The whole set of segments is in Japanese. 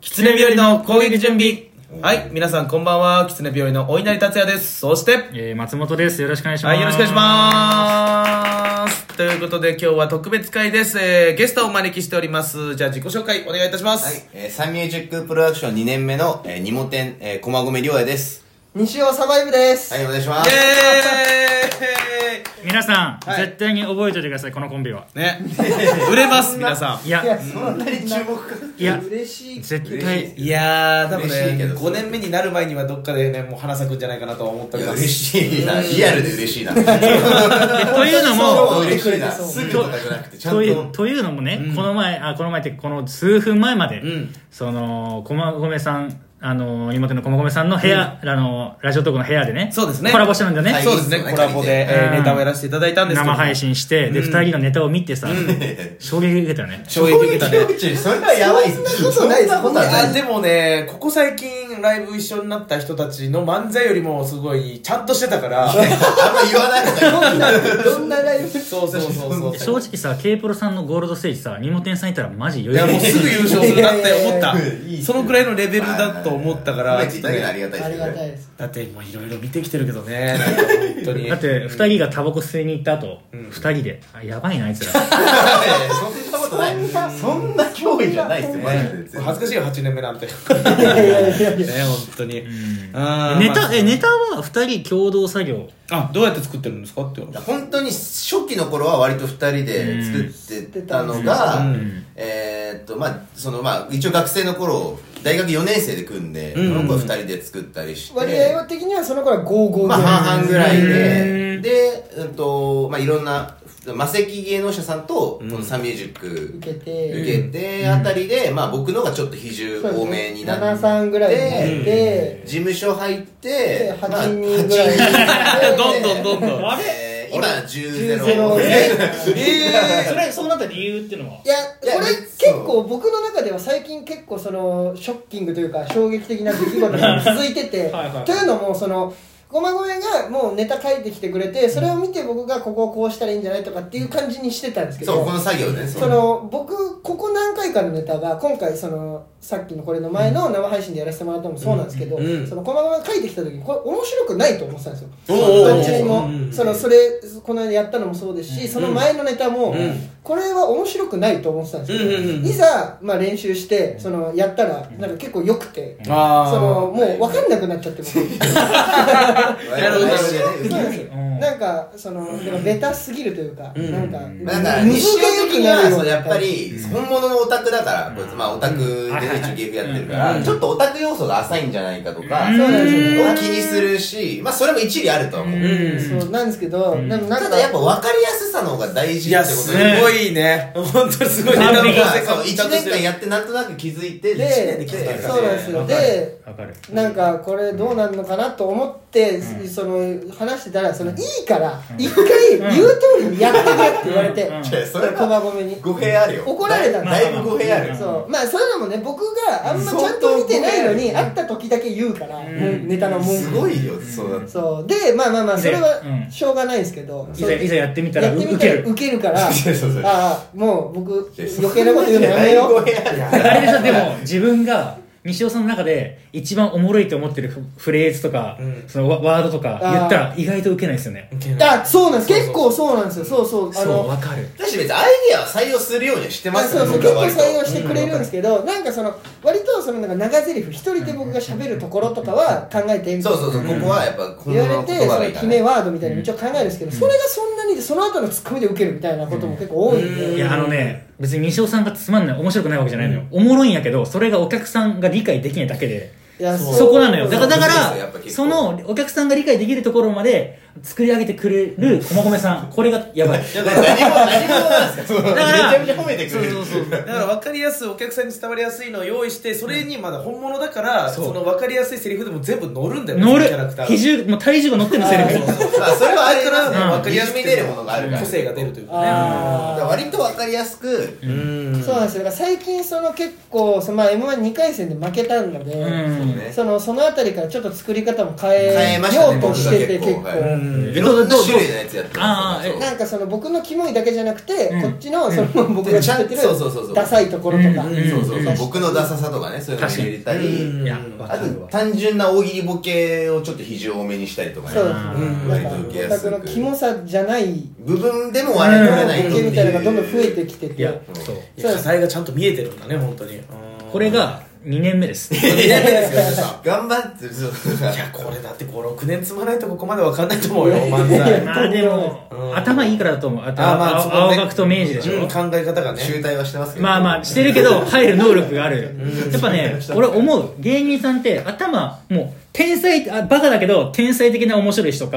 狐日和の攻撃準備はい皆さんこんばんは狐日和のお稲荷達也ですそしてえー、松本です。よろしくお願いします。はいよろしくお願いしますということで今日は特別会です、えーゲストをお招きしておりますじゃあ自己紹介お願いいたします、はい、えーサンミュージックプロダクション2年目の、えー、ニモ店、えー、駒込亮也です。西尾サバイブです、はい、お願いします。イエ皆さん、はい絶対に覚えておいてください、このコンビは。ーイね売れます皆さいんや、そんなに注目かいや、嬉しい絶嬉しい対。いやー多分嬉しいけねど5年目になる前にはどっかでねもう花咲くんじゃないかなとは思っておいりやます嬉しいな。リアルで嬉しいな。今えというのそうも、日嬉しいな。そうすぐとかじゃなくて、ちゃんという、と。というのもね、この前、あ、この前って、この数分前まで、んその、駒込さん、あの、妹の駒込さんの部屋、あの、ラジオトークの部屋でね、そうですねコラボしてるんだよね。はそうですねコラボで、えーうんネタをやらせていただいたんですけど生配信して、で、二、人のネタを見てさ、衝撃受けたよね。衝撃受けたねそれはやばいそんなことなそいんなことはないあでもねここ最近ライブ一緒になった人たちの漫才よりもすごいちゃんとしてたからあんま言わない方がいい。 どんなライブそうそうそうそ正う直さ、K プロさんのゴールドステージさ、二モ店さんいたらマジい余や裕もうすぐ優勝するなって思っいやいやいやいたやそのくらいのレベルだと思ったから褒めていただけたらありがたいあでりすけがどたいね。ですだって今いろいろ見てきてるけど ねなんか本当にだって二人がタバコ吸いに行った後二人であやばいなあいつらそんなことない。そんな脅威じゃないですよ、マジで全然。恥ずかしいよ8年目なんてね本当にあーネまタあえネタは二人共同作業あどうやって作ってるんですかって言われた本当に初期の頃は割と二人で作ってたのが、うんうんえーっとまあそのまあ一応学生の頃大学4年生で組んで、うんその子二人で作ったりして割合的にはその頃は55まあ半々ぐらいうんでで、うんとまあ、いろんな魔石芸能者さんとこのサンミュージック受けて受けてあたりで、まあ、僕のがちょっと比重多めになって、 73ぐらいになって、事務所入ってで、8人ぐらいになって どんどんどんどん あえー今10-0 10-0えれそうなった理由っていうのはいやいこやれ結構僕の中では最近結構そのショッキングというか衝撃的な出来事が続いて てはいはいというのもその駒込がもうネタ書いてきてくれてそれを見て僕がここをこうしたらいいんじゃないとかっていう感じにしてたんですけどそうこの作業ねその僕ここ何回かのネタが今回そのさっきのこれの前の生配信でやらせてもらったのもそうなんですけど、うんうんその駒場が書いてきた時にこれ面白くないと思ってたんですよおーどっちにうもんうんそのそれこの間やったのもそうですし、その前のネタも、うんこれは面白くないと思ってたんですけど、うんうんうんいざ、まあ、練習してそのやったらなんか結構良くて、ーあーそのもう分かんなくなっちゃ って僕なるほどなるほどどそうなんですようんなんかそのでもベタすぎるというか、んなんかだからむ西尾的にはむずくなるようそうなやっぱり本物のオタクだからこいつまあオタクでね一応ゲームやってるかうらんちょっとオタク要素が浅いんじゃないかとかうんそうなんですよいうのを気にするしまあそれも一理あるとは思うううんんそうなんですけど、でもなんかただやっぱ分かりやすさの方が大い事ってやこすとでごいね本当にすごい完璧構成そう感1年間やってなんとなく気づいてで一気づいたでそうなんですよでわかるなんかこれどうなんのかなと思って、その話してたらそのいいから一回言う通りにやってくれって言われて、うんうんいやそれは駒込に語弊あるよ怒られたんだいぶ語弊あるそうまあそういうのもね僕があんまちゃんと見てないのに会った時だけ言うから、ネタの文す句ごいよそうだってそうでまあまあまあそれうはんしょうがないですけど、いそうざいざやってみたらやって受みたけらるウケ るからあそうそうそうあもう僕いやそ余計なこと言うのやめ よだいぶう語弊あるあれでしょでも自分が西尾さんの中で一番おもろいと思ってるフフレーズとか、うんそのワワードとか言ったら意外と受けないですよねあそうなんです結構そうなんですよそうそうあそうのわかるだし別にアイディアは採用するようにはしてままあ、すそようそう僕は結構割と採用してくれるんですけど、なんかその割とそのなんか長ゼリフ一人で僕が喋るところとかは考えてみたそういなそうそう、ここはやっぱこ言わのれて言葉そがのいいか決らめね。ワードみたいなの一応考えるんですけど、それがそんなにでその後のツッコミで受けるみたいなことも結構多いんで、いやあのね別に西尾さんがつまんない面白くないわけじゃないのよ、おもろいんやけどそれがお客さんが理解できないだけでいやそこなのよだからだかそうですよやっぱら結構そのお客さんが理解できるところまで作り上げてくれる駒込さんこれがやばい何も、 何もなんですかだからめちゃめちゃ褒めてくそうれる。そうそうだから分かりやすいお客さんに伝わりやすいのを用意してそれにまだ本物だからそうその分かりやすいセリフでも全部乗るんだよね乗そるのキャラクター比重もう体重が乗ってるセリフまあ、それはあれから、うん分かりやすく出るものがあるから。個性が出るというかねだあーから割と分かりやすく、うんそうなんですよだから最近その結構その、まあ、m 1 2回戦で負けたので、うんねそのその辺りからちょっと作り方も変変ええましたねようとしてて結僕構が結構はいうんいろんな種類のやつやってまあすーよえなんかその僕のキモいだけじゃなくて、うんこっちのその、僕が知ってるそうそうそうそうダサいところとか、うんそうそうそううん僕のダサさとかねそういうの入れたうりんいやわあかとるわ単純な大喜利ボケをちょっと比重多めにしたりとかねそうであすねーなん割かと受けオやタすクのキくモさじゃない部分でも笑い取れないボケみたいなのがどんどん増えてきていやてそういや課題がちゃんと見えてるんだね本当にうんこれが2年目ですいやいやいやいや頑張ってそういやこれだって56年積まないとここまでわかんないと思うよ漫才まあでもうん頭いいからだと思うあとあまあそこね青青学と明治でしょうん考え方がね集大はしてますけどまあまあしてるけど入る能力があるやっぱね俺思う芸人さんって頭もう天才あバカだけど天才的な面白い人あか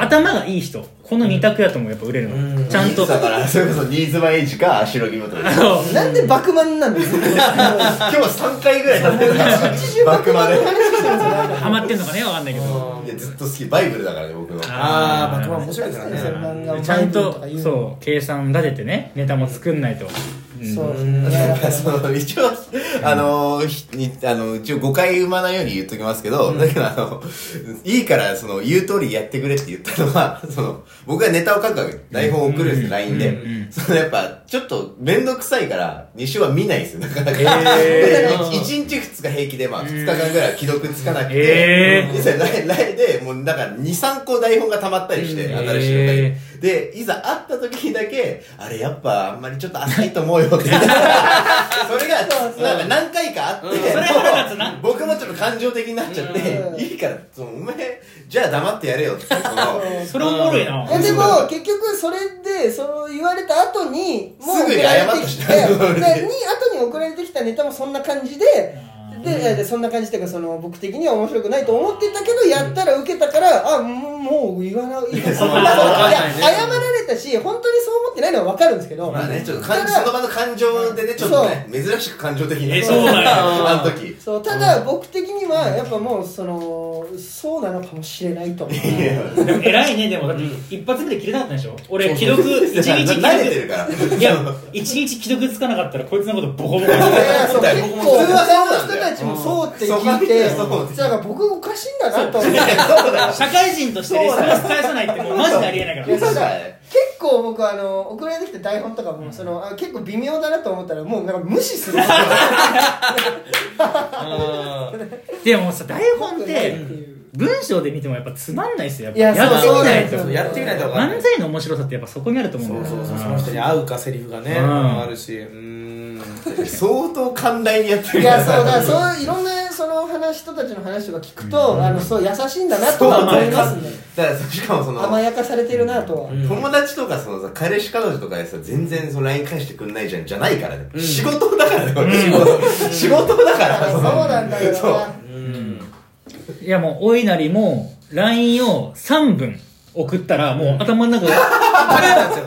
ー頭がいい人この2択だと思うやっぱ売れるうのんちゃんとだからそれこそニーズマエイジか白木元ですそうなんでバクマンなんですか今日は3回ぐらい経ってるから バックまでハマってんのかねわかんないけどいやずっと好きバイブルだからね僕のああバックマン面白いからそうですねね漫画をちゃんバとイブルか言うのそう計算立ててねネタも作んないとそうですねいやだからその一応、あの、ひにあの一応誤解生まないように言っときますけど、だけどあの、いいからその言う通りやってくれって言ったのは、 その、僕がネタを書くわけ、台本を送るんですよ、LINE で。そのやっぱ、ちょっと面倒くさいから、2週は見ないんですよ、なかなか。へー1日2日平気で、まあ2日間ぐらいは既読つかなくて、へーいざ LINE で、もうなんか2、3個台本が溜まったりして、うん新しいのがいいで、いざ会った時にだけ、あれやっぱあんまりちょっと浅いと思 うよって。それがなんか何回かあって、もう僕もちょっと感情的になっちゃって、うんいいからそのお前じゃあ黙ってやれよってそのそれおもろいなえでも結局それでその言われた後にもうすぐに送ら謝れっててききてたで後に送られてきたネタもそんな感じででいやでそんな感じっていうかその僕的には面白くないと思ってたけどやったら受けたからあもうもう言わないいいかなそうまあそのわかんいやないね謝られたし本当にそう思ってないのは分かるんですけど、まあねちょっとた感だその場の感情でねちょっとね珍しく感情的にえそうだよあの時そうただ僕的にはやっぱもうそのそうなのかもしれないと 思ういやでも偉いねでもだって一発目で切れなかったでしょ俺既読一 日慣既読れてるからいや一日既読つかなかったらこいつのことボコボコにするいやそう結構僕も普通はその人たちもそうって聞いてそうそうだから僕おかしいんだなと思ってそうだよ社会人としてレストレス返さないってもうマジでありえないいやかそうらだ結構僕あの送られてきた台本とかもそのあ結構微妙だなと思ったらもうなんか無視するでもさ台本っうてん文章で見てもやっぱつまんないっすよいややっぱやってみないそうそうそうとやってみないと分かんない漫才の面白さってやっぱそこにあると思うそんうだそうそよなうその人に合うかセリフがねうんあるしうん相当寛大にやってるいやそうだからそういろんなその話人たちの話とか聞くとあのそう優しいんだなとは思いますねだからしかもその甘やかされてるなとは友達とかそのさ彼氏彼女とかでさ全然その LINE 返してくんないじゃんじゃないからね、仕事だからねこれ仕事仕事だかだかららそそうのなんだよそうないやもうお稲荷も LINE を3分送ったらもう 頭の中がパレーなんですよ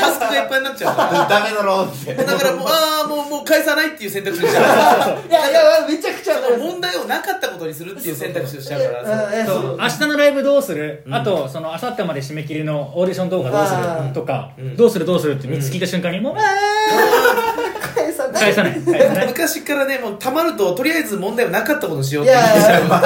タスクがいっぱいになっちゃうかダメだろうってらだからもうああもうもう返さないっていう選択肢にしちゃういやいやめちゃくちゃわかります問題をなかったことにするっていう選択肢をしちゃうかうんえらーそう明日のライブどうする、あとその明後日まで締め切りのオーディション動画どうすあーるとか、うんどうするどうするって3つ聞いた瞬間にもう、あ返さーない返 さない返さない昔からねもうたまるととりあえず問題はなかったことにしようっていいうやいや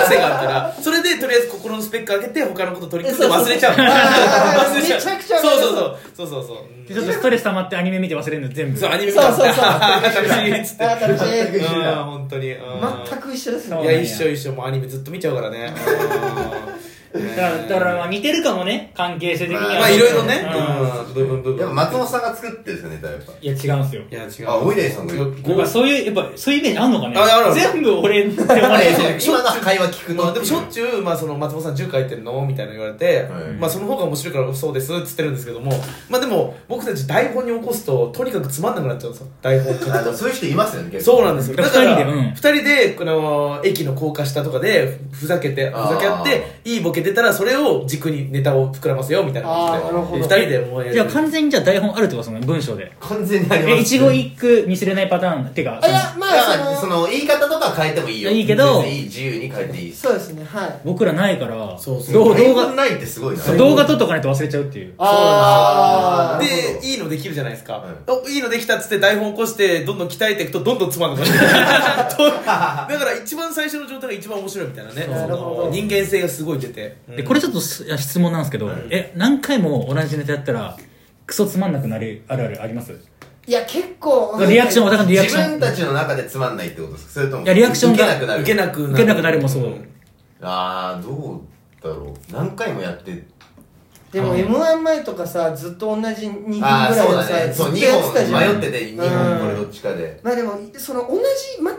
癖があったらそれでとりあえず心のスペック上げて他のこと取り組んで忘れちゃうあー忘れちゃう めちゃくちゃわかそうるそうそうそうそうそううんでちょっとストレス溜まってアニメ見て忘れるの全部そうアニメ見そうたそうそう 楽しいっつってあー楽しいうん本当にうん全く一緒ですねそういや一緒一緒もうアニメずっと見ちゃうからねうん だからだからまあ似てるかもね関係性的にはまあいろいろねうんうん部分部やっぱ分松本さんが作ってるんですよねやっぱいや違うんすよいや違うあおいでさんがやっぱそういうやっぱそういうイメージあんのかねああるある全部俺って思われあてれる 今の会話聞くまのあでもしょっちゅう、まあ、その松本さん10書いてるのみたいなの言われて、はいまあその方が面白いからそうですっつってるんですけどもまあでも僕たち台本に起こすととにかくつまんなくなっちゃうんですよ台本書くあのそういう人いますよね結構そうなんですよだから二人でうん2人でこの駅の高架下とかでふざけてふあーざけ合っていいボケ出たらそれを軸にネタを膨らませようみたいなあ感あなるほじどで2人でもうやじゃある完全にじゃあ台本あるってことその文章で完全にありますえ一期一句見せれないパターンっていうかあいやまいやあそそのの言い方とか変えてもいいよいいけど全然いい自由に変えていいそうですねはい僕らないからそうそうど動台画本ないってすごいな動画撮っとかないと忘れちゃうっていうあーなるほどでいいのできるじゃないですか、はいおいいのできたっつって台本起こしてどんどん鍛えていくとどんどんつまんなく なるとだから一番最初の状態が一番面白いみたいなねなるほどその人間性がすごい出ててでこれちょっとす質問なんですけど、え何回も同じネタやったらクソつまんなくなりあるあるありますいや結構リアクション私のリアク自ション分たちの中でつまんないってことですかそれともいやリアクションが受けなくなる受けなく受けなくなりもそう、ああどうだろう何回もやってでも m 1前とかさずっと同じ2人ぐああらいそうのださねずそうっと2やってたじゃん本迷ってて2本これどっちかでまあでもその同じ全く同じまま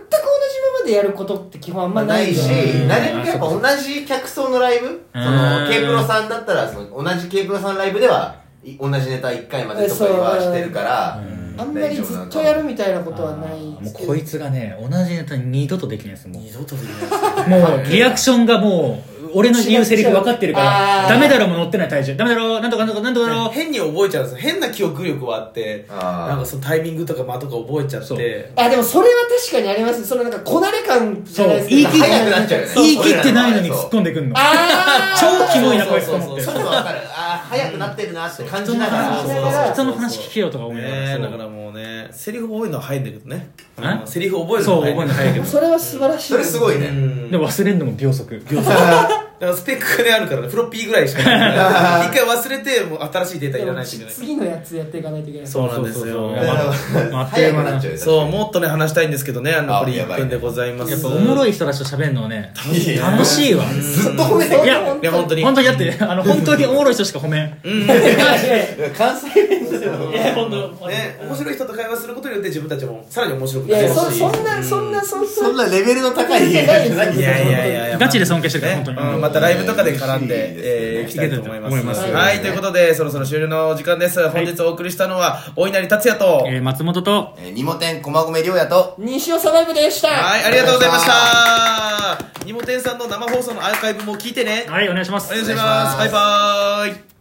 でやることって基本あんままあ、なないいし、じゃんうんなるべくやっぱ同じ客層のライブ、その、K プロさんだったら、その、同じ K プロさんのライブでは、い同じネタ1回までとかはしてるから、あんまりずっとやるみたいなことはないもうこいつがね同じネタ二度とできないですもう二度とでき ないもうリアクションがもう俺の言うセリフ分かってるかあらーダメだろも乗ってない体重ダメだろなんとかなんとかなんとかだろ変に覚えちゃうんですよ変な記憶力はあってあーなんかそのタイミングとか間とか覚えちゃっそうてあでもそれは確かにありますそのなんかこなれ感じゃないですそう言い切っ早くなっちゃうよね。言い切ってないのにそう突っ込んでくんのあー超キモいなこいつとそう思そうってそうそういうのわかる。ああ、早くなってるなって感じながら。そうそうそうそう人の話聞けよとか思いながらねそうだからもうねセリフ覚えるのは早いんだけどねえうんセリフ覚えるのそうは覚えるの早いけどそれは素晴らしいそれすごいうんね。で忘れんのも秒速だからスペックがねあるからねフロッピーぐらいしか ない一回忘れてもう新しいデータいらないといけない次のやつやっていかないといけないそうなんですよそうそうそうやばまあ早くなっちゃうよ。そうもっとね話したいんですけどねあのあ残りや1ばい分でございますやっぱおもろいい人たちと喋るのはねいや楽しいわずっと褒めている。やいや本当に本当にだってあの本当におもろい人しか褒めん関西弁ですよ。本当ね面白い人と会話することによって自分たちもさらに面白くいなるやしそそんなそんなそんなそんなレベルの高い。いやいやいやいやガチで尊敬してるから本当にうんまたライブとかで絡んいいで、えー、行ですきねたいと思います。思いますはい、ということで、そろそろ終了の時間です。本日お送りしたのは、お稲荷達也と、えー松本とえー二モ店駒込亮也と、西尾サバイブでしたはい、ありがとうございました。にもてんさんの生放送のアーカイブも聞いてね。はいお願いしまおす願いしお願いしまますす。バイバーイ。